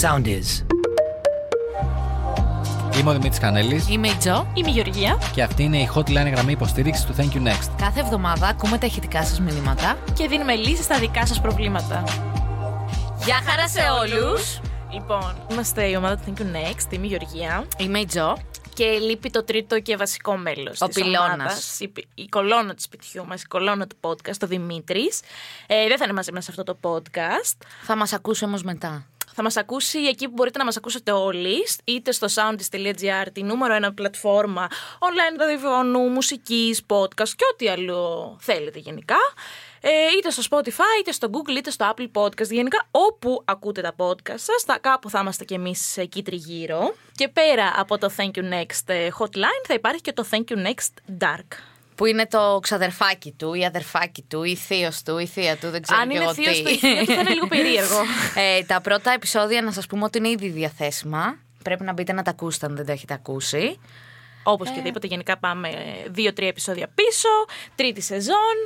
sound is. Είμαι ο Δημήτρης Κανέλης Είμαι η Τζο. Είμαι η Γεωργία και αυτή είναι η hotline γραμμή υποστήριξη του Thank you Next. Κάθε εβδομάδα ακούμε τα ηχητικά σας μηνύματα. και δίνουμε λύσεις στα δικά σας προβλήματα. Γεια χαρά σε όλους! Λοιπόν, είμαστε η ομάδα του Thank you Next, είμαι η Γεωργία Είμαι η Τζο. και λείπει το τρίτο και βασικό μέλος Ο της πυλώνας. ομάδας, η, πι- η κολόνα του σπιτιού μας, η κολόνα του podcast, ο Δημήτρης. Ε, δεν θα είναι μαζί μας σε αυτό το podcast. Θα μας ακούσει όμως μετά. Θα μας ακούσει εκεί που μπορείτε να μας ακούσετε όλοι, είτε στο soundist.gr, τη νούμερο ένα πλατφόρμα online ραδιοφωνού, μουσικής, podcast και ό,τι άλλο θέλετε γενικά. Ε, είτε στο Spotify, είτε στο Google, είτε στο Apple Podcast. Γενικά όπου ακούτε τα podcast σας, θα, κάπου θα είμαστε κι εμείς εκεί τριγύρω. Και πέρα από το Thank You Next ε, hotline θα υπάρχει και το Thank You Next Dark. Που είναι το ξαδερφάκι του, η αδερφάκι του, η θείος του, η θεία του, δεν ξέρω Αν κι είναι εγώ θείος τι. του ή θεία του, θα είναι λίγο περίεργο. ε, τα πρώτα επεισόδια να σας πούμε ότι είναι ήδη διαθέσιμα. Πρέπει να μπείτε να τα ακούσετε αν δεν τα έχετε ακούσει. Όπως και δίποτε, γενικά πάμε ε, δύο-τρία επεισόδια πίσω, τρίτη σεζόν.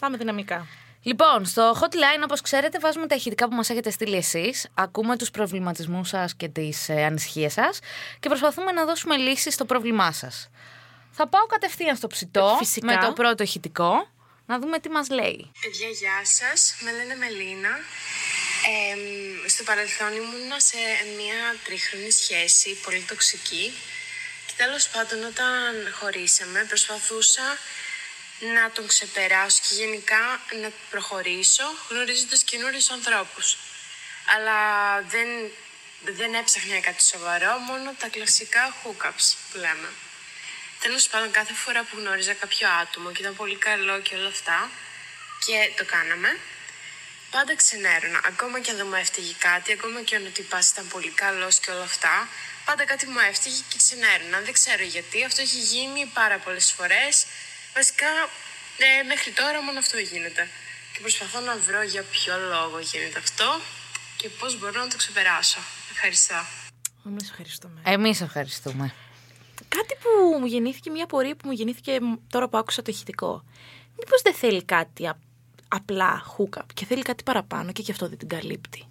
Πάμε δυναμικά. Λοιπόν, στο hotline, όπως ξέρετε, βάζουμε τα ηχητικά που μας έχετε στείλει εσείς. Ακούμε τους προβληματισμούς σας και τις ε, ανησυχίες σας και προσπαθούμε να δώσουμε λύσεις στο πρόβλημά σας. Θα πάω κατευθείαν στο ψητό Ε, Φυσικά. με το πρώτο ηχητικό να δούμε τι μας λέει. Παιδιά, γεια σας. Με λένε Μελίνα. Εμ, στο παρελθόν ήμουνα σε μια τρίχρονη σχέση, πολύ τοξική. Και τέλος πάντων, όταν χωρίσαμε, προσπαθούσα να τον ξεπεράσω και γενικά να προχωρήσω γνωρίζοντας καινούριους ανθρώπους. Αλλά δεν, δεν έψαχνα για κάτι σοβαρό, μόνο τα κλασικά hookups που λέμε. Τέλος πάντων, κάθε φορά που γνώριζα κάποιο άτομο και ήταν πολύ καλό και όλα αυτά και το κάναμε, πάντα ξενέρωνα. Ακόμα και αν δεν μου έφταιγε κάτι, ακόμα και αν ο τυπάς ήταν πολύ καλός και όλα αυτά, πάντα κάτι μου έφταιγε και ξενέρωνα. Δεν ξέρω γιατί, αυτό έχει γίνει πάρα πολλές φορές. Βασικά, ε, μέχρι τώρα μόνο αυτό γίνεται. Και προσπαθώ να βρω για ποιο λόγο γίνεται αυτό και πώς μπορώ να το ξεπεράσω. Ευχαριστώ. Εμείς ευχαριστούμε. Εμείς ευχαριστούμε. Κάτι που μου γεννήθηκε, μια πορεία που μου γεννήθηκε μ- τώρα που άκουσα το ηχητικό. Μήπως δεν θέλει κάτι απ- απλά hookup και θέλει κάτι παραπάνω και γι' αυτό δεν την καλύπτει.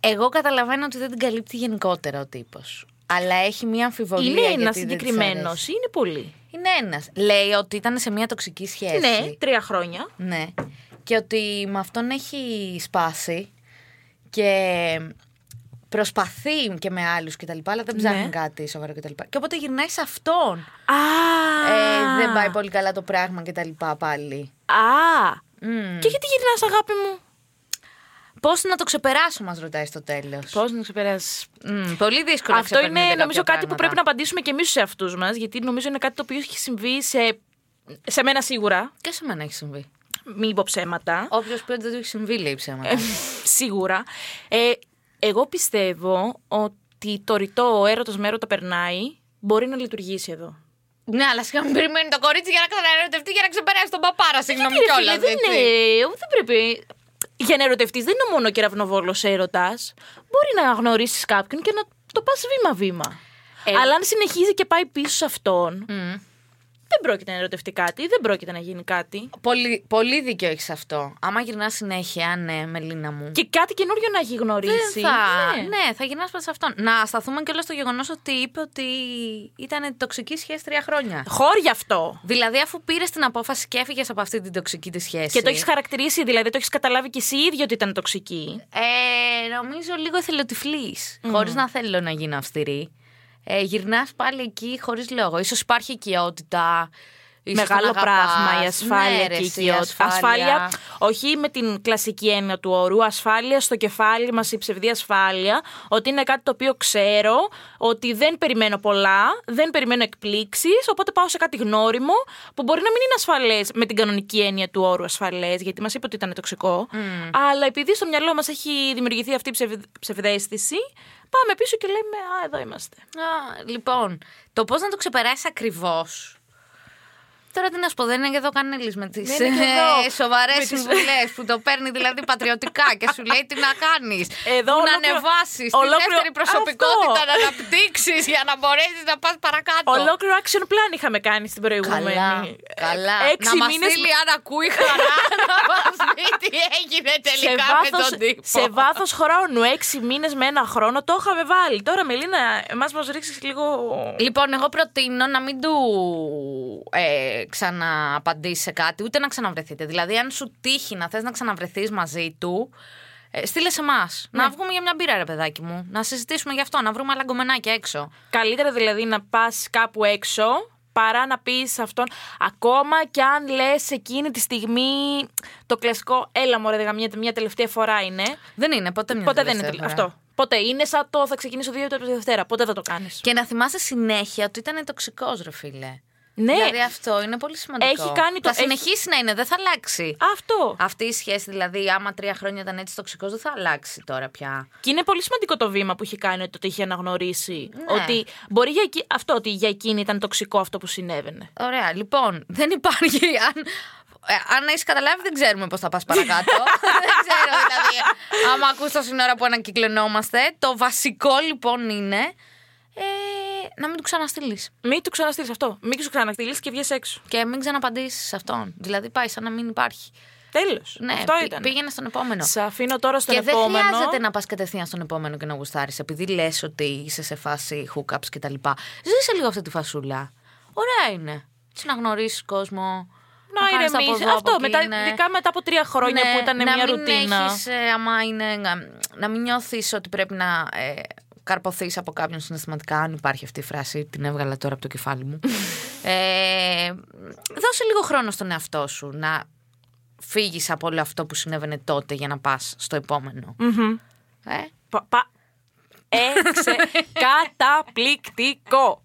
Εγώ καταλαβαίνω ότι δεν την καλύπτει γενικότερα ο τύπος. Αλλά έχει μία αμφιβολία. είναι γιατί ένας δεν της συγκεκριμένος αρέσει. ή είναι πολύ. Είναι ένας. Λέει ότι ήταν σε μία τοξική σχέση. Ναι, τρία χρόνια. Ναι. Και ότι με αυτόν έχει σπάσει και προσπαθεί και με άλλους κτλ. Αλλά δεν ψάχνει Ναι. κάτι σοβαρό κτλ. Και, και οπότε γυρνάει σε αυτόν. Α, Ε, δεν πάει πολύ καλά το πράγμα κτλ. πάλι. Α, Μμμ. και γιατί γυρνάς αγάπη μου. Πώς να το ξεπεράσω, μας ρωτάει στο τέλος. Πώς να ξεπεράσει. πολύ δύσκολο Αυτό είναι νομίζω κάτι που πρέπει να απαντήσουμε και εμείς σε αυτού μας, γιατί νομίζω είναι κάτι το οποίο έχει συμβεί σε, σε μένα σίγουρα. Και σε μένα έχει συμβεί. Μην υποψέματα. Όποιος πει ότι δεν του έχει συμβεί, λέει ψέματα. Ε, σίγουρα. Ε, εγώ πιστεύω ότι το ρητό ο έρωτος με έρωτα περνάει μπορεί να λειτουργήσει εδώ. ναι, αλλά σιγά μην περιμένει το κορίτσι για να ξαναερωτευτεί για να ξεπεράσει τον παπάρα. Συγγνώμη Γιατί, ρε κιόλα. Ε, φίλε, δεν, είναι, δεν πρέπει. Για να ερωτευτείς, δεν είναι μόνο κεραυνοβόλος έρωτας. Μπορεί να γνωρίσεις κάποιον και να το πας βήμα-βήμα. Ε. Αλλά αν συνεχίζει και πάει πίσω σε αυτόν. Δεν πρόκειται να ερωτευτεί κάτι, δεν πρόκειται να γίνει κάτι. Πολύ, πολύ δίκιο έχεις αυτό. Άμα γυρνάς συνέχεια, ναι, Μελίνα μου. Και κάτι καινούριο να έχει γνωρίσει. Δεν θα. Ναι. Ναι, θα γυρνάς προς αυτόν. Να σταθούμε και όλα στο γεγονός ότι είπε ότι ήταν τοξική σχέση τρία χρόνια. Χώρ γι' αυτό. Δηλαδή, αφού πήρες την απόφαση και έφυγες από αυτή την τοξική της σχέση. Και το έχεις χαρακτηρίσει, δηλαδή το έχεις καταλάβει κι εσύ ίδιο ότι ήταν τοξική. Ε, νομίζω λίγο εθελοτυφλής. Χωρίς να θέλω να γίνω αυστηρή. Ε, Γυρνάς πάλι εκεί χωρίς λόγο. σω υπάρχει οικειότητα. ίσως Μεγάλο τον αγαπάς. πράγμα η ασφάλεια Ναι, και ρε, η εσύ, οικειότητα. Ασφάλεια, όχι με την κλασική έννοια του όρου, ασφάλεια στο κεφάλι μας, η ψευδή ασφάλεια, ότι είναι κάτι το οποίο ξέρω, ότι δεν περιμένω πολλά, δεν περιμένω εκπλήξεις, οπότε πάω σε κάτι γνώριμο που μπορεί να μην είναι ασφαλές με την κανονική έννοια του όρου ασφαλές, γιατί μας είπε ότι ήταν τοξικό. Mm. Αλλά επειδή στο μυαλό μας έχει δημιουργηθεί αυτή η ψευ- ψευδέστηση, πάμε πίσω και λέμε Α, εδώ είμαστε. Α, λοιπόν, το πώς να το ξεπεράσεις ακριβώς. Τώρα τι να σου πω, δεν είναι και εδώ κανένα με ε, τι είναι και εδώ. σοβαρές Με τις- συμβουλές που το παίρνει δηλαδή πατριωτικά και σου λέει τι να κάνεις. Εδώ Πού να ολόκληρο- ανεβάσεις φτιάξει τη Ολόκληρο- δεύτερη προσωπικότητα Αυτό. να αναπτύξεις για να μπορέσεις να πας παρακάτω. Ολόκληρο action plan είχαμε κάνει στην προηγούμενη. Καλά, Ε, καλά. Έξι να μας μήνες στείλει αν ακούει χαρά να μας πει τι έγινε σε τελικά με βάθος, τον τύπο. σε βάθος χρόνου, έξι μήνες με ένα χρόνο, το είχαμε βάλει. Τώρα, Μελίνα, εμάς μας ρίξεις λίγο... Λοιπόν, εγώ προτείνω να μην του ε, ξανααπαντήσεις σε κάτι, ούτε να ξαναβρεθείτε. Δηλαδή, αν σου τύχει να θες να ξαναβρεθείς μαζί του, ε, στείλε σε εμάς. Ναι. Να βγούμε για μια μπύρα, ρε παιδάκι μου. Να συζητήσουμε γι' αυτό, να βρούμε άλλα γκομενάκια έξω. Καλύτερα δηλαδή να πας κάπου έξω παρά να πεις σε αυτόν ακόμα και αν λες εκείνη τη στιγμή το κλασικό έλα μωρέ δεν γαμιέται, μια τελευταία φορά είναι Δεν είναι, ποτέ μια ποτέ δεν τελευταία είναι φορά. αυτό ποτέ είναι σαν το θα ξεκινήσω δύο από τη Δευτέρα ποτέ δεν το κάνεις Και να θυμάσαι συνέχεια ότι ήταν τοξικός, ρε φίλε. ναι Δηλαδή, αυτό είναι πολύ σημαντικό. Έχει κάνει το- Θα έχει- συνεχίσει να είναι, δεν θα αλλάξει. αυτό Αυτή η σχέση, δηλαδή, άμα τρία χρόνια ήταν έτσι τοξικός, δεν θα αλλάξει τώρα πια. Και είναι πολύ σημαντικό το βήμα που είχε κάνει ότι το είχε αναγνωρίσει. Ναι. Ότι μπορεί για εκεί, αυτό ότι για εκείνη ήταν τοξικό αυτό που συνέβαινε. Ωραία, λοιπόν, δεν υπάρχει. Αν, ε, αν έχεις καταλάβει, δεν ξέρουμε πώς θα πας παρακάτω. δεν ξέρω, δηλαδή. Άμα ακούς τόση ώρα που ανακυκλωνόμαστε, το βασικό λοιπόν είναι ε, να μην του ξαναστείλεις. Μην του ξαναστείλεις αυτό. Μην τους ξαναστείλεις και βγει έξω. Και μην ξαναπαντήσεις σε αυτόν. Δηλαδή, πάει σαν να μην υπάρχει. Τέλος. Ναι, αυτό πη- ήταν. πήγαινε στον επόμενο. Σε αφήνω τώρα στον και επόμενο. δεν χρειάζεται να πας κατευθείαν στον επόμενο και να γουστάρεις, επειδή λες ότι είσαι σε φάση hookups κτλ. Ζήσε λίγο αυτή τη φασούλα. Ωραία είναι. Έτσι να γνωρίσεις κόσμο. Να κάνεις από ηρεμήσει. εδώ, από Αυτό εκεί, μετά, ναι. ειδικά μετά από τρία χρόνια Ναι, που ήταν να μια μην ρουτίνα. Έχεις, ε, άμα είναι, να- να μην νιώθεις ότι πρέπει να ε, καρποθείς από κάποιον συναισθηματικά, αν υπάρχει αυτή η φράση, την έβγαλα τώρα από το κεφάλι μου. ε, δώσε λίγο χρόνο στον εαυτό σου να φύγεις από όλο αυτό που συνέβαινε τότε για να πας στο επόμενο. Ε, Πα, πα, έξε. καταπληκτικό.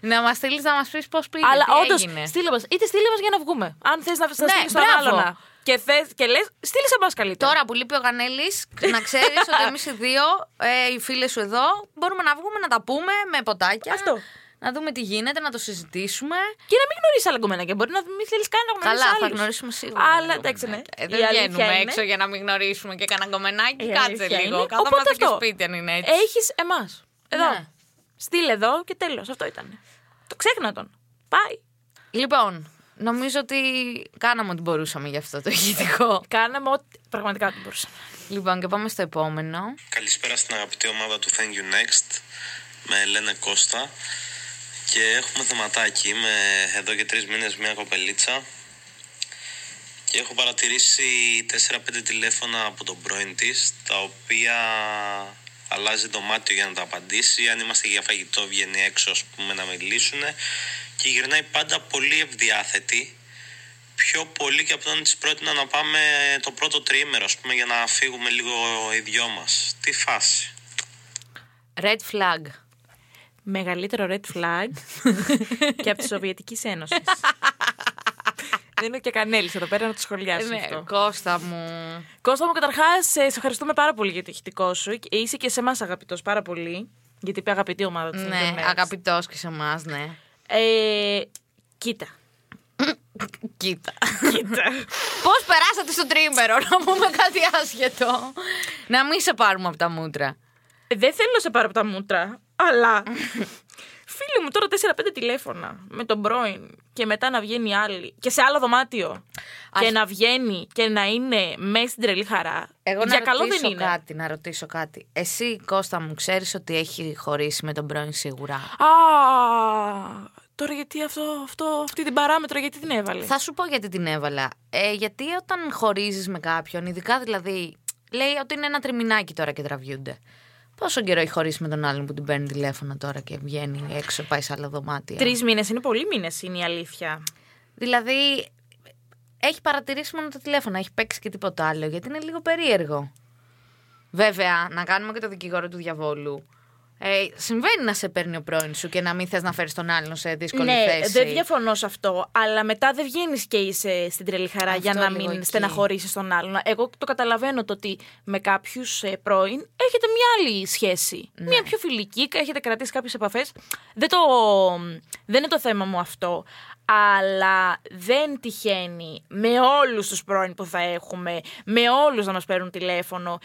να μας στείλεις να μας πεις πώς πήγε. Αλλά τι έγινε. όντω, στείλε μας. Είτε στείλε μας για να βγούμε. Αν θες να, να Ναι, στείλεις τον μπράβο. άλλον. να- Και, θες, και λες, στείλε σε εμάς καλύτερα. Τώρα που λείπει ο Γανέλης, να ξέρεις ότι εμείς οι δύο, ε, οι φίλες σου εδώ, μπορούμε να βγούμε να τα πούμε με ποτάκια. Αυτό. Να δούμε τι γίνεται, να το συζητήσουμε. Και να μην γνωρίσεις άλλα γκομενάκια. Μπορεί να μην θέλεις καν να γνωρίσεις. Καλά, θα άλλους. γνωρίσουμε σίγουρα. Αλλά εντάξει, ναι. Ε, Η δεν αλήθεια βγαίνουμε είναι- έξω για να μην γνωρίσουμε και κανένα κομμενάκι. η Κάτσε αλήθεια λίγο. είναι- Καθόμαστε και αυτό. Ε, σπίτι αν είναι έτσι. Έχεις εμάς. Εδώ. Ναι. Στείλε εδώ και τέλος. Αυτό ήταν. Το ξέχνα τον. Πάει. Λοιπόν, νομίζω ότι κάναμε ό,τι μπορούσαμε για αυτό το ηχητικό. Κάναμε ό,τι πραγματικά δεν μπορούσαμε. λοιπόν, και πάμε στο επόμενο. Καλησπέρα στην αγαπητή ομάδα του Thank You Next με Ελένε Κώστα και έχουμε θεματάκι. Είμαι εδώ και τρεις μήνες μια κοπελίτσα και έχω παρατηρήσει 4-5 τηλέφωνα από τον πρώην της τα οποία αλλάζει το μάτι για να τα απαντήσει. Αν είμαστε για φαγητό βγαίνει έξω ας πούμε να μιλήσουν και γυρνάει πάντα πολύ ευδιάθετη πιο πολύ και από τον της πρότεινα να πάμε το πρώτο τριήμερο, ας πούμε, για να φύγουμε λίγο οι δυο μας. Τι φάση. Red flag. Μεγαλύτερο red flag και από της Σοβιετικής Ένωσης. Δεν είναι και κανένα εδώ πέρα να το σχολιάσει Ναι, αυτό. Κώστα μου. Κώστα μου, καταρχάς, σε ευχαριστούμε πάρα πολύ για το ηχητικό σου. Ε, Είσαι και σε εμάς αγαπητός πάρα πολύ. Γιατί είπε αγαπητή ομάδα του. Ναι, Internet. αγαπητός και σε εμάς, ναι. Ε, κοίτα. Κοίτα. Κοίτα. Πώς περάσατε στο τρίμερο, να πούμε κάτι άσχετο. να μην σε πάρουμε από τα μούτρα. Δεν θέλω να σε πάρω από τα μούτρα, αλλά. Φίλε μου, τώρα 4-5 τηλέφωνα με τον πρώην και μετά να βγαίνει άλλη και σε άλλο δωμάτιο. Και να βγαίνει και να είναι μέσα στην τρελή χαρά. Εγώ Για να καλό ρωτήσω δεν είναι. κάτι, να ρωτήσω κάτι. Εσύ, Κώστα μου, ξέρεις ότι έχει χωρίσει με τον πρώην σίγουρα. Α, τώρα γιατί αυτό, αυτό, αυτή την παράμετρο, γιατί την έβαλε. Θα σου πω γιατί την έβαλα. Ε, γιατί όταν χωρίζεις με κάποιον, ειδικά δηλαδή, λέει ότι είναι ένα τριμινάκι τώρα και τραβιούνται. Πόσο καιρό έχει χωρίσει με τον άλλον που την παίρνει τηλέφωνο τώρα και βγαίνει έξω, πάει σε άλλα δωμάτια. Τρεις μήνες είναι πολλοί μήνες, είναι η αλήθεια. Δηλαδή, έχει παρατηρήσει μόνο τα τηλέφωνα, έχει παίξει και τίποτα άλλο, γιατί είναι λίγο περίεργο. Βέβαια, να κάνουμε και το δικηγόρο του διαβόλου. Ε, συμβαίνει να σε παίρνει ο πρώην σου και να μην θες να φέρεις τον άλλον σε δύσκολη ναι, θέση. δεν διαφωνώ σε αυτό, αλλά μετά δεν βγαίνεις και είσαι στην τρελή χαρά Αυτό για να λίγο μην εκεί. στεναχωρήσεις τον άλλον. Εγώ το καταλαβαίνω το ότι με κάποιους ε, πρώην έρχεται μια άλλη σχέση. Ναι. Μια πιο φιλική, έχετε κρατήσει κάποιες επαφές. Δεν, το... δεν είναι το θέμα μου αυτό. Αλλά δεν τυχαίνει με όλους τους πρώην που θα έχουμε, με όλους να μας παίρνουν τηλέφωνο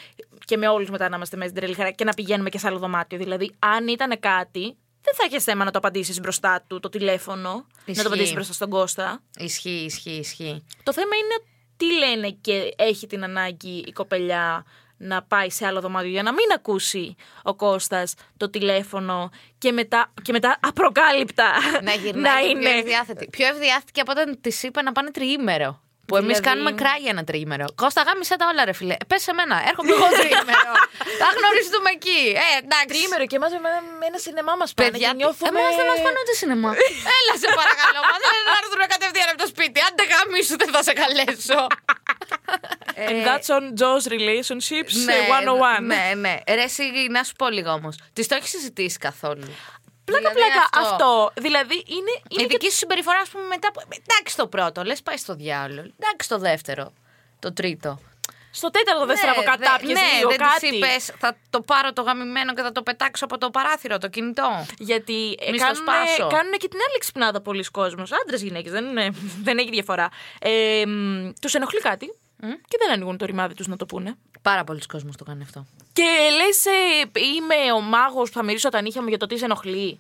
και με όλους μετά να είμαστε μέσα στην τρελή χαρά και να πηγαίνουμε και σε άλλο δωμάτιο. Δηλαδή, αν ήταν κάτι, δεν θα έχει θέμα να το απαντήσεις μπροστά του το τηλέφωνο, να Ισχύει. το απαντήσεις μπροστά στον Κώστα. Ισχύει, ισχύει, ισχύει. Το θέμα είναι τι λένε και έχει την ανάγκη η κοπελιά να πάει σε άλλο δωμάτιο για να μην ακούσει ο Κώστας το τηλέφωνο και μετά, και μετά απροκάλυπτα Να γυρνάει και πιο ευδιάθετη. Πιο ευδιάθετη και από όταν της είπα να πάνε τριήμερο. Που εμείς Δηλαδή- κάνουμε κρά για ένα τριήμερο. Κώστα, γάμισε τα όλα, ρε φιλέ. Πες σε μένα, έρχομαι εγώ τριήμερο. Θα γνωριστούμε εκεί. Ε, εντάξει. Τριήμερο και εμάς με με ένα σινεμά μας πάνε Παιδιά, και νιώθουμε... εμάς δεν μας πάνε ούτε σινεμά. Έλα σε παρακαλώ, μα δεν είναι να έρθουν κατευθείαν από το σπίτι. Αν δεν γαμίσου, δεν θα σε καλέσω. And that's oh on Joe's relationships ε, 101. Ε, Ναι, ναι. Ρε, εσύ, να σου πω λίγο όμως. Τη το έχεις συζητήσει καθόλου. Πλάκα, Δηλαδή, πλάκα. Αυτό. Δηλαδή είναι, είναι Η και δική σου συμπεριφορά, ας πούμε, μετά. από- Εντάξει το πρώτο, λες πάει στο διάλογο. Εντάξει το δεύτερο. Το τρίτο. στο τέταρτο δεν στραβω Ναι, κατά δε- κάποιες λίγο δεν κάτι. τη είπες, θα το πάρω το γαμημένο και θα το πετάξω από το παράθυρο, το κινητό. Γιατί ε, Μη στο κάνουν, σπάσω. κάνουν και την άλλη ξυπνάδα πολλοί κόσμος. Άντρες, γυναίκες, δεν, είναι, δεν έχει διαφορά. Ε, μ, τους ενοχλεί κάτι και δεν ανοίγουν το ρημάδι τους να το πούνε. Πάρα πολλοί κόσμοι το κάνουν αυτό. Και λες ε, είμαι ο μάγος που θα μυρίσω τα νύχια μου για το τι σε ενοχλεί.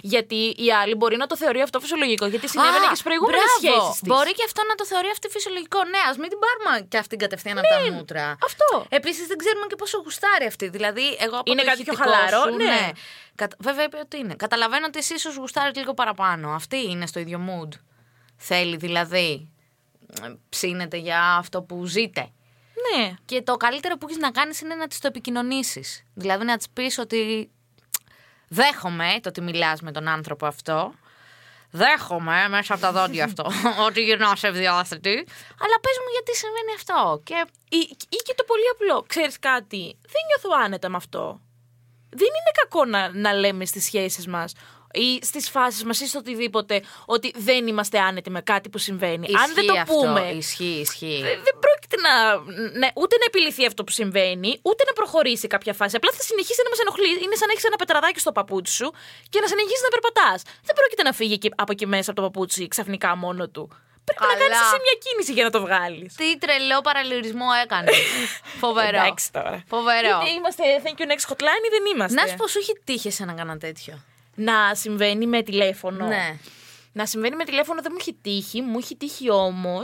Γιατί η άλλη μπορεί να το θεωρεί αυτό φυσιολογικό, γιατί συνέβαινε Α, και στις προηγούμενες μπράβο. σχέσεις. Μπορεί και αυτό να το θεωρεί αυτή φυσιολογικό. Ναι, ας μην την πάρουμε και αυτήν κατευθείαν από τα μούτρα. Ναι, αυτό. Επίσης δεν ξέρουμε και πόσο γουστάρει αυτή. Δηλαδή, εγώ από Είναι το κάτι πιο ηχητικό χαλαρό, σου, ναι. Κατα- Βέβαια είπε ότι είναι. Καταλαβαίνω ότι εσύ ίσως γουστάρεις λίγο παραπάνω. Αυτή είναι στο ίδιο mood. Θέλει δηλαδή. ε, Ψήνεται για αυτό που ζείτε. Ναι. Και το καλύτερο που έχεις να κάνεις είναι να τη το επικοινωνήσεις. Δηλαδή να της πεις ότι δέχομαι το ότι μιλάς με τον άνθρωπο αυτό. Δέχομαι μέσα από τα δόντια αυτό ότι γυρνά ευδιάθετη. Αλλά πες μου γιατί συμβαίνει αυτό. Και Ή, Ε, ή και το πολύ απλό. Ξέρεις κάτι, δεν νιώθω άνετα με αυτό. Δεν είναι κακό να, να λέμε στις σχέσεις μας ή στις φάσεις μας ή στο οτιδήποτε ότι δεν είμαστε άνετοι με κάτι που συμβαίνει. Αν δεν ισχύει το αυτό. πούμε. Ισχύει, ισχύει. δε- Δεν πρόκειται να, ναι, ούτε να επιληθεί αυτό που συμβαίνει, ούτε να προχωρήσει κάποια φάση. Απλά θα συνεχίσει να μας ενοχλεί. Είναι σαν να έχεις ένα πετραδάκι στο παπούτσι σου και να συνεχίσει να περπατάς. Δεν πρόκειται να φύγει εκεί- από εκεί μέσα από το παπούτσι ξαφνικά μόνο του. Πρέπει να Καλά. κάνεις εσύ μια κίνηση για να το βγάλεις. Τι τρελό παραλυρισμό έκανε. Φοβερό. Εντάξει τώρα. Φοβερό. Είτε είμαστε thank you next hotline ή δεν είμαστε. Να σου πω, σου έχει τύχει εσένα να κάνω τέτοιο. Να συμβαίνει με τηλέφωνο. Ναι. Να συμβαίνει με τηλέφωνο δεν μου έχει τύχει. Μου έχει τύχει όμως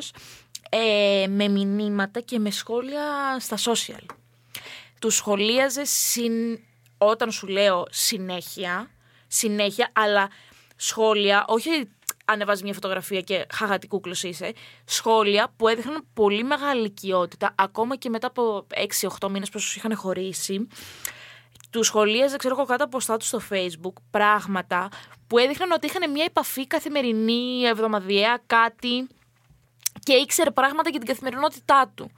ε, με μηνύματα και με σχόλια στα social. Του σχολίαζε συν, όταν σου λέω συνέχεια, συνέχεια, αλλά σχόλια, όχι ανεβάζει μια φωτογραφία και χαγα τι κούκλος είσαι, σχόλια που έδειχναν πολύ μεγάλη οικειότητα, ακόμα και μετά από 6-8 μήνες που τους είχαν χωρίσει, του σχολίαζε, ξέρω εγώ, κάτω από ποστά τους στο Facebook πράγματα που έδειχναν ότι είχαν μια επαφή καθημερινή, εβδομαδιαία, κάτι και ήξερε πράγματα για την καθημερινότητά του.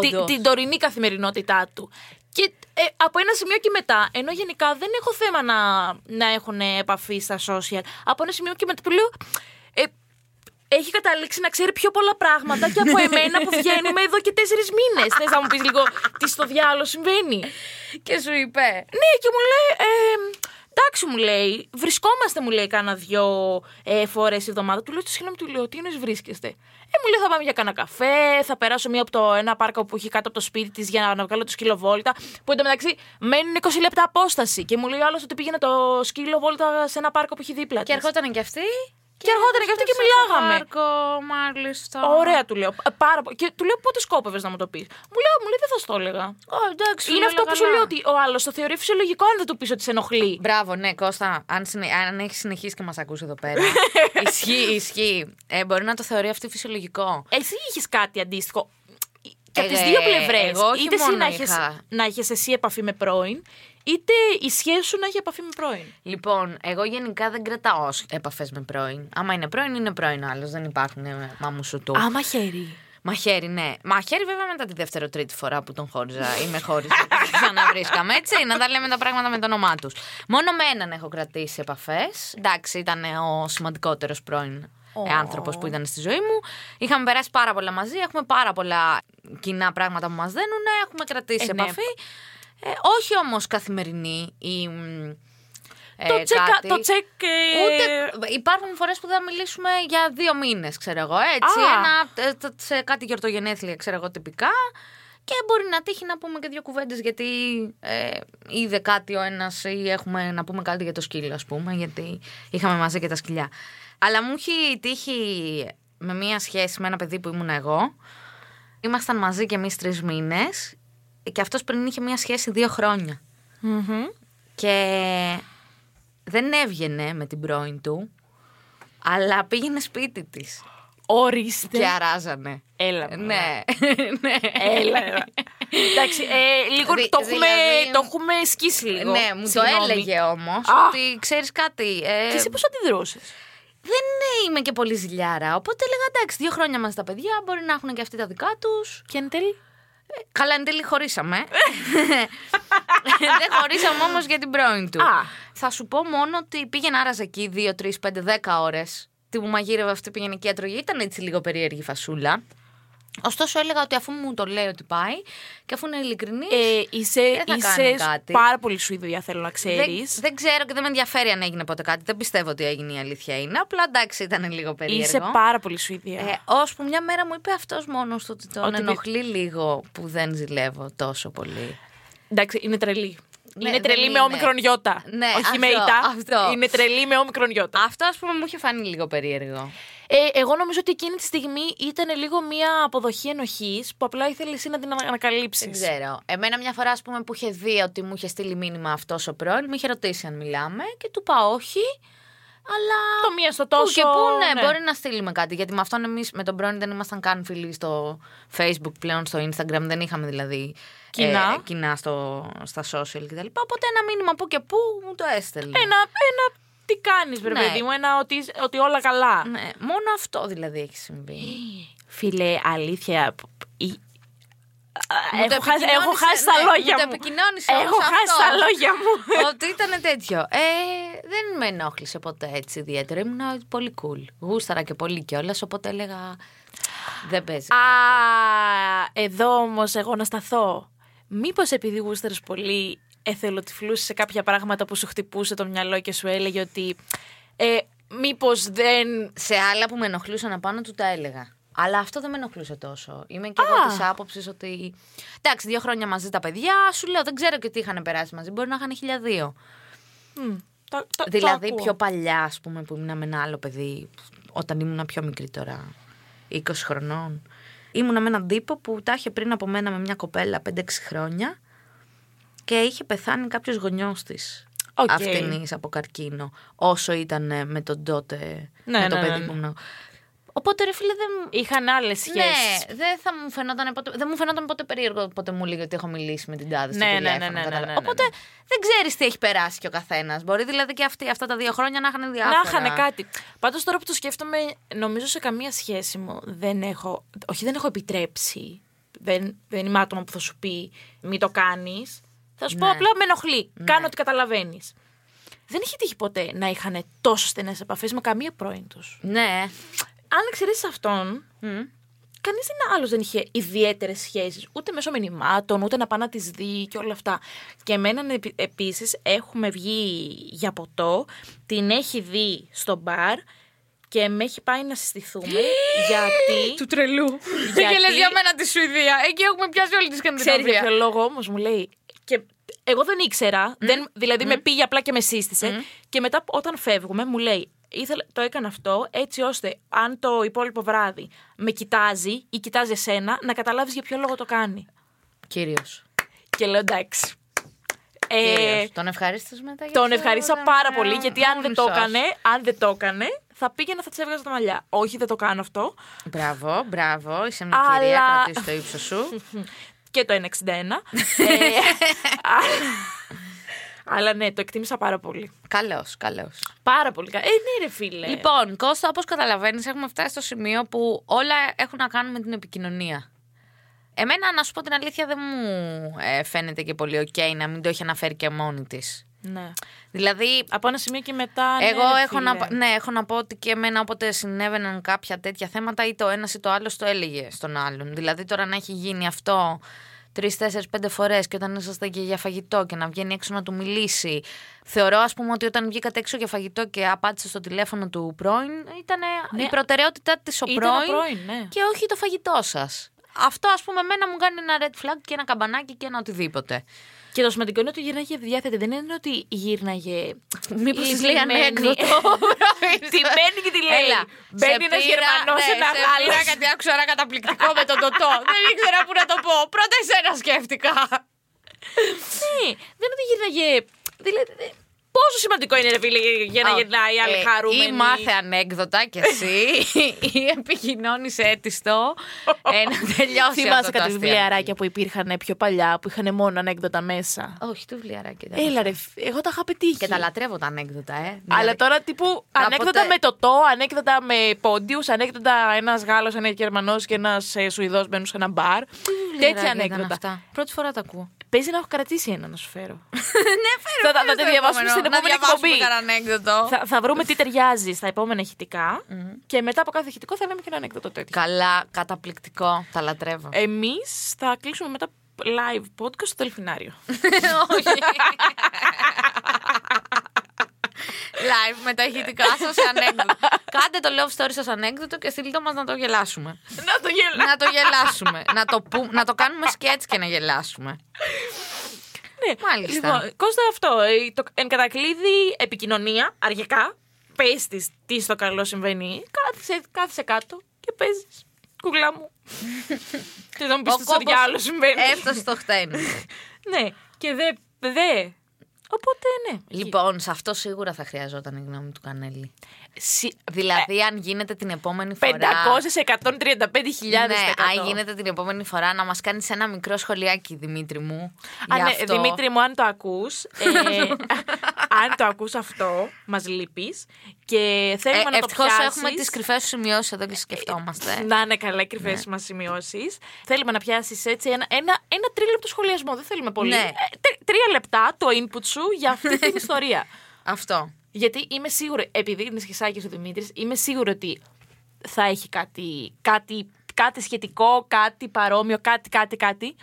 Τη- Όντως. την τωρινή καθημερινότητά του. Και ε, από ένα σημείο και μετά, ενώ γενικά δεν έχω θέμα να, να έχουν επαφή στα social, από ένα σημείο και μετά που λέω. Ε, έχει καταλήξει να ξέρει πιο πολλά πράγματα και από εμένα που βγαίνουμε εδώ και τέσσερις μήνες. Θες να μου πεις λίγο τι στο διάλογο συμβαίνει. Και σου είπε. Ναι, και μου λέει. Ε, εντάξει, μου λέει. Βρισκόμαστε, μου λέει, κάνα δυο ε, φορές η εβδομάδα. Του λέω, τι συγγνώμη, του λέω, τι εννοείς βρίσκεστε. Ε, μου λέει, θα πάμε για κάνα καφέ, θα περάσω μία από το ένα πάρκο που έχει κάτω από το σπίτι της για να βγάλω το σκύλο βόλτα. Που εντωμεταξύ μένουν 20 λεπτά απόσταση. Και μου λέει ο άλλος ότι πήγαινε το σκύλο βόλτα σε ένα πάρκο που έχει δίπλα. Και της. ερχόταν και αυτή. Και ερχόταν και αυτή και στο μιλάγαμε. Πάρκο, μάλιστα. Ωραία, του λέω. ε, Πάρα πολύ. Και του λέω πότε σκόπευες να μου το πεις. Μου λέει, «Ω, μου λέει, δεν θα στο έλεγα. Ω, εντάξει, Είναι όλα αυτό που σου καλά. λέω ότι ο άλλος το θεωρεί φυσιολογικό αν δεν του πεις ότι σε ενοχλεί. Μπράβο, ναι, Κώστα, αν, συνε... αν έχεις συνεχίσει και μας ακούσει εδώ πέρα. ισχύει, ισχύει. Ε, μπορεί να το θεωρεί αυτή φυσιολογικό. Εσύ είχες κάτι αντίστοιχο. Και από τις Ε, δύο πλευρές. εγώ όχι Είτε εσύ μόνο να έχεις- είχα. να είχες εσύ επαφή με πρώην, είτε η σχέση σου να έχει επαφή με πρώην. Λοιπόν, εγώ γενικά δεν κρατάω επαφές με πρώην. Άμα είναι πρώην, είναι πρώην άλλος. Δεν υπάρχουν ε, μάμου σου του. Άμα χέρι. Μαχαίρι, ναι. Μαχαίρι, βέβαια, μετά τη δεύτερη-τρίτη φορά που τον χώριζα ή με χώριζε. και Ξαναβρίσκαμε έτσι, να τα λέμε τα πράγματα με το όνομά τους. Μόνο με έναν έχω κρατήσει επαφές. Εντάξει, ήταν ο σημαντικότερος πρώην άνθρωπος που ήταν στη ζωή μου. Είχαμε περάσει πάρα πολλά μαζί, έχουμε πάρα πολλά κοινά πράγματα που μας δένουν, έχουμε κρατήσει Ε, ναι. επαφή. Ε, όχι όμως καθημερινή ή... μ, ε, το τσεκ. κάτι. Το τσεκ ε, Ούτε. Υπάρχουν φορές που θα μιλήσουμε για δύο μήνες, ξέρω εγώ. Έτσι. Α. Ένα, ε, το- σε κάτι γιορτογενέθλια, ξέρω εγώ τυπικά. Και μπορεί να τύχει να πούμε και δύο κουβέντες, γιατί ε, είδε κάτι ο ένας ή έχουμε να πούμε κάτι για το σκύλο, ας πούμε, γιατί είχαμε μαζί και τα σκυλιά. Αλλά μου έχει τύχει με μία σχέση με ένα παιδί που ήμουν εγώ. Ήμασταν μαζί και εμείς τρεις μήνες. Και αυτός πριν είχε μία σχέση δύο χρόνια. Και δεν έβγαινε με την πρώην του, αλλά πήγαινε σπίτι της Ορίστε. και αράζανε. Έλα. μωρέ. Ε, Ναι, ναι. Έλα. έλα. Εντάξει, ε, λίγο Δη- το, έχουμε, δηλαδή- το έχουμε σκίσει λίγο. Ναι, μου το Συγγνώμη. έλεγε όμως Α. ότι ξέρεις κάτι. ε, Και εσύ πώς αντιδρούσες. Δεν ε, είμαι και πολύ ζηλιάρα. Οπότε έλεγα εντάξει, δύο χρόνια μαζί τα παιδιά μπορεί να έχουν και αυτοί τα δικά τους. Και εν τέλει. Καλά, εν τέλει χωρίσαμε. Δεν χωρίσαμε όμως για την πρώην του. Α. Θα σου πω μόνο ότι πήγαινε άραζε εκεί 2, 3, 5, 10 ώρες. Τι μου μαγείρευε αυτή πήγαινε και έτρωγε. Ήταν έτσι λίγο περίεργη η φασούλα. Ωστόσο έλεγα ότι αφού μου το λέει ότι πάει και αφού είναι ειλικρινής. Ε, είσαι Δεν θα είσαι κάνω κάτι. πάρα πολύ Σουηδία, θέλω να ξέρεις. δεν, δεν ξέρω και δεν με ενδιαφέρει αν έγινε ποτέ κάτι. Δεν πιστεύω ότι έγινε η αλήθεια είναι. Απλά εντάξει, ήταν λίγο περίεργο. Είσαι πάρα πολύ Σουηδία. Ε, ώσπου μια μέρα μου είπε αυτός μόνος του ότι τον Ότι πι- ενοχλεί λίγο που δεν ζηλεύω τόσο πολύ. Εντάξει, είναι τρελή. Ναι, είναι τρελή δεν με είναι. όμικρον γιώτα. Ναι, Όχι αυτό, με ητά. αυτό. Είναι τρελή με όμικρον γιώτα. Αυτό ας πούμε μου είχε φανεί λίγο περίεργο. Ε, εγώ νομίζω ότι εκείνη τη στιγμή ήταν λίγο μια αποδοχή ενοχής που απλά ήθελες εσύ να την ανακαλύψεις. Δεν ξέρω. Εμένα μια φορά, ας πούμε, που είχε δει ότι μου είχε στείλει μήνυμα αυτός ο πρώην, με είχε ρωτήσει αν μιλάμε και του είπα όχι. Αλλά. Το μία στο Πού τόσο. και πού, ναι, μπορεί να στείλουμε κάτι. Γιατί με αυτόν εμείς, με τον πρώην, δεν ήμασταν καν φίλοι στο Facebook πλέον, στο Instagram. Δεν είχαμε δηλαδή Κοινά. ε, κοινά στο, στα social κτλ. Οπότε ένα μήνυμα που και πού μου το έστελνε. Ένα, ένα τι κάνεις, βρε Ναι. παιδί μου, ένα ότι, ότι όλα καλά. Ναι, μόνο αυτό δηλαδή έχει συμβεί. Φίλε, αλήθεια. π- π- η- Μου το Έχω χάσει, επικοινώνησε, έχω ναι, μου. χάσει τα λόγια μου. Το επικοινώνησε Έχω όμως χάσει αυτό. τα λόγια μου. Ότι ήταν τέτοιο. Ε, δεν με ενόχλησε ποτέ έτσι ιδιαίτερα. Ήμουν πολύ cool. Γούσταρα και πολύ κιόλας, οπότε έλεγα. Δεν παίζει. Α, εδώ όμως εγώ να σταθώ. Μήπως επειδή γούστερε πολύ, εθελοτυφλούσες σε κάποια πράγματα που σου χτυπούσε το μυαλό και σου έλεγε ότι. Ε, Μήπως δεν. Σε άλλα που με ενοχλούσαν απάνω του τα έλεγα. Αλλά αυτό δεν με ενοχλούσε τόσο. Είμαι και Α. εγώ της άποψης ότι. Εντάξει, δύο χρόνια μαζί τα παιδιά, σου λέω, δεν ξέρω και τι είχαν περάσει μαζί. Μπορεί να είχαν χιλιαδίο. Μμ, το- το- το Δηλαδή ακούω. πιο παλιά, ας πούμε, που ήμουνα με ένα άλλο παιδί, όταν ήμουν πιο μικρή τώρα, 20 χρονών. Ήμουνα με έναν τύπο που τα είχε πριν από μένα με μια κοπέλα 5-6 χρόνια και είχε πεθάνει κάποιος γονιός της. Οκ. Αυτενής από καρκίνο, όσο ήταν ε, με τον τότε. Ναι, με το ναι, παιδί ναι, που ήμουν. Οπότε ρε φίλε δεν. Είχαν άλλες σχέσει. Ναι, δεν θα μου φαινόταν ποτέ, δεν μου φαινόταν ποτέ περίεργο ποτέ μου λέει ότι έχω μιλήσει με την τάδε στο Ναι, ναι, ναι, τηλέφωνο. ναι, ναι, κατάλαβα. ναι, ναι, ναι. Οπότε δεν ξέρεις τι έχει περάσει και ο καθένας. Μπορεί δηλαδή και αυτοί, αυτά τα δύο χρόνια να είχαν διάφορα. Να είχαν κάτι. Πάντως τώρα που το σκέφτομαι, νομίζω σε καμία σχέση μου δεν έχω. Όχι, δεν έχω επιτρέψει. Δεν, δεν είμαι άτομο που θα σου πει μη το κάνεις. Θα σου πω απλά με ενοχλεί. Κάνω ό,τι καταλαβαίνεις. Δεν είχε τύχει ποτέ να είχαν τόσο στενές επαφές με καμία πρώην τους. Ναι. Αν εξαιρέσεις αυτόν, κανεί άλλος δεν είχε ιδιαίτερες σχέσεις. Ούτε μέσω μηνυμάτων, ούτε να πάνε να τις δει και όλα αυτά. Και εμένα επίσης έχουμε βγει για ποτό, την έχει δει στο μπαρ και με έχει πάει να συστηθούμε. γιατί. Του τρελού. Και λε για μένα τη Σουηδία. Εκεί έχουμε πιάσει όλη τη Ξέρεις για ποιο Σκανδιναβία. λόγο όμως μου λέει. Και εγώ δεν ήξερα. Δεν, δηλαδή με πήγε απλά και με σύστησε. Και μετά όταν φεύγουμε μου λέει. Ήθελα, το έκανα αυτό έτσι ώστε αν το υπόλοιπο βράδυ με κοιτάζει ή κοιτάζει εσένα να καταλάβεις για ποιο λόγο το κάνει. Κυρίως. Και λέω εντάξει. Ε, Τον ευχαρίστησε μετά. για τον αυτό, ευχαρίσα ήταν, πάρα ε, πολύ γιατί αν δεν το μισός. έκανε, αν δεν το έκανε, θα πήγαινα θα της έβγαζα τα μαλλιά. Όχι δεν το κάνω αυτό. Μπράβο, μπράβο. Είσαι μια Αλλά- κυρία, κρατήσει το ύψος σου. και το 1,61. ε, αλλά ναι, το εκτίμησα πάρα πολύ. Καλός, καλός. Πάρα πολύ καλά. Ε, ναι, ρε φίλε. Λοιπόν, Κώστα, όπως καταλαβαίνεις, έχουμε φτάσει στο σημείο που όλα έχουν να κάνουν με την επικοινωνία. Εμένα, να σου πω την αλήθεια, δεν μου ε, φαίνεται και πολύ οκ να μην το έχει αναφέρει και μόνη της. Ναι. Δηλαδή, Από ένα σημείο και μετά. ναι, εγώ ρε έχω, φίλε. να, π- ναι, έχω να πω ότι και εμένα όποτε συνέβαιναν κάποια τέτοια θέματα, ή το ένας ή το άλλος το έλεγε στον άλλον. Δηλαδή, τώρα να έχει γίνει αυτό τρεις, τέσσερις, πέντε φορές και όταν ήσασταν και για φαγητό και να βγαίνει έξω να του μιλήσει. Θεωρώ, ας πούμε, ότι όταν βγήκατε έξω για φαγητό και απάντησε στο τηλέφωνο του πρώην, ήταν Ναι. η προτεραιότητά της ο Ήταν ο πρώην, πρώην, ναι. και όχι το φαγητό σας. Αυτό, ας πούμε, εμένα μου κάνει ένα red flag και ένα καμπανάκι και ένα οτιδήποτε. Και το σημαντικό είναι ότι γύρναγε διάθετη. Δεν είναι ότι γύρναγε. Μήπως της λέει λιμένη. ανέκδοτο. Τη παίρνει και τη λέει. Μπαίνει ένα Γερμανό, ένα Γάλλο. ναι, ε, Πήρα κάτι άκουσα ένα καταπληκτικό με τον τοτό. Δεν ήξερα πού να το πω. Πρώτα εσένα σκέφτηκα. Ναι, δεν είναι ότι γύρναγε. Δηλαδή, δε- πόσο σημαντικό είναι ρε, φίλε, για να γυρνάει η άλλη Ε, χαρούμενη. Ή μάθε ανέκδοτα κι εσύ, ή επικοινώνησε έτιστο. ε, να τελειώσει Θυμάσαι αυτό το κάτι αστείο. βιβλιαράκια που υπήρχαν πιο παλιά, που είχαν μόνο ανέκδοτα μέσα. Όχι, του βιβλιαράκια. ήταν. Έλα ρε, φ- εγώ τα είχα πετύχει. Και τα λατρεύω τα ανέκδοτα, ε. Αλλά Δηλαδή, τώρα τύπου ανέκδοτα Κάποτε- με το το, ανέκδοτα με πόντιους, ανέκδοτα ένας Γάλλος, ένας Γερμανός και ένας Σουηδός μπαίνουν σε ένα μπαρ. Τέτοια βιβλιαράκια ήταν ανέκδοτα. αυτά. Πρώτη φορά τα ακούω. Παίζει να έχω κρατήσει ένα να σου φέρω. ναι, φέρε. Θα τα- θα φέρε τα στο επόμενο. διαβάσουμε στην Να επόμενη διαβάσουμε εκπομπή. κανένα ανέκδοτο. θα, θα βρούμε τι ταιριάζει στα επόμενα ηχητικά και μετά από κάθε ηχητικό θα λέμε και ένα ανέκδοτο τέτοιο. Καλά, καταπληκτικό. Τα λατρεύω. Εμείς θα κλείσουμε μετά live podcast στο Δελφινάριο. Όχι. Live με τα ηχητικά σας ανέκδοτα. Κάντε το love story σας ανέκδοτο και στείλτε μας να το γελάσουμε. να το γελά. να το γελάσουμε. να, το που, να το κάνουμε σκέτς και να γελάσουμε. Ναι. Μάλιστα. Λοιπόν, Κώστα, αυτό. ε, Το, εν κατακλείδη, επικοινωνία, αργικά. Πε τη τι στο καλό συμβαίνει. Κάθισε, κάθισε κάτω και παίζεις. Κουκλά μου. και δεν μου πει Ο τι στο κόμπος διάλογο συμβαίνει. Έφτασε το χτένι. ναι, και δε. δε. Οπότε ναι. λοιπόν, σε αυτό σίγουρα θα χρειαζόταν η γνώμη του Κανέλη. Συ- Δηλαδή, αν γίνεται την επόμενη φορά. 500 σε 135.000 Ναι, αν γίνεται την επόμενη φορά να μας κάνεις ένα μικρό σχολιάκι, Δημήτρη μου. Α, για ναι, αυτό. Δημήτρη μου, αν το ακούς, ε, αν το ακούς αυτό, μας λείπεις και θέλουμε να το Ευτυχώς πιάσεις. Ε, έχουμε τις κρυφές σου σημειώσεις εδώ και σκεφτόμαστε. Να είναι καλά οι κρυφές ναι. μας σημειώσεις. Θέλουμε να πιάσεις έτσι ένα, ένα, ένα τρίλεπτο σχολιασμό. Δεν θέλουμε πολύ. Ναι. Ε, τρι- τρία λεπτά το input σου για αυτή την ιστορία. Αυτό. Γιατί είμαι σίγουρη, επειδή είναι σχισάκι ο Δημήτρης, είμαι σίγουρη ότι θα έχει κάτι, κάτι, κάτι σχετικό, κάτι παρόμοιο, κάτι, κάτι, κάτι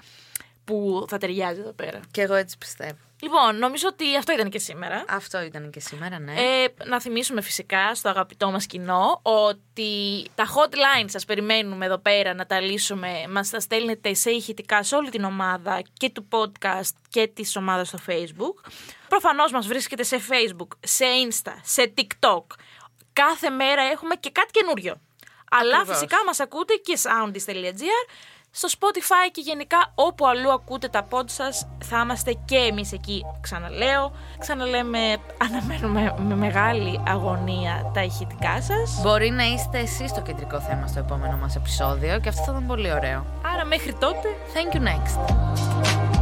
που θα ταιριάζει εδώ πέρα. Και εγώ έτσι πιστεύω. Λοιπόν, νομίζω ότι αυτό ήταν και σήμερα. Αυτό ήταν και σήμερα, ναι. Ε, να θυμίσουμε φυσικά στο αγαπητό μας κοινό ότι τα hotline σας περιμένουμε εδώ πέρα να τα λύσουμε. Μας τα στέλνετε σε ηχητικά σε όλη την ομάδα και του podcast και της ομάδας στο facebook. Προφανώς μας βρίσκεται σε facebook, σε insta, σε tiktok. Κάθε μέρα έχουμε και κάτι καινούριο. Αλλά Ακριβώς. φυσικά μας ακούτε και soundis.gr στο Spotify και γενικά όπου αλλού ακούτε τα pod σας θα είμαστε και εμείς εκεί ξαναλέω ξαναλέμε αναμένουμε με μεγάλη αγωνία τα ηχητικά σας Μπορεί να είστε εσείς το κεντρικό θέμα στο επόμενο μας επεισόδιο και αυτό θα ήταν πολύ ωραίο. άρα μέχρι τότε Thank you next.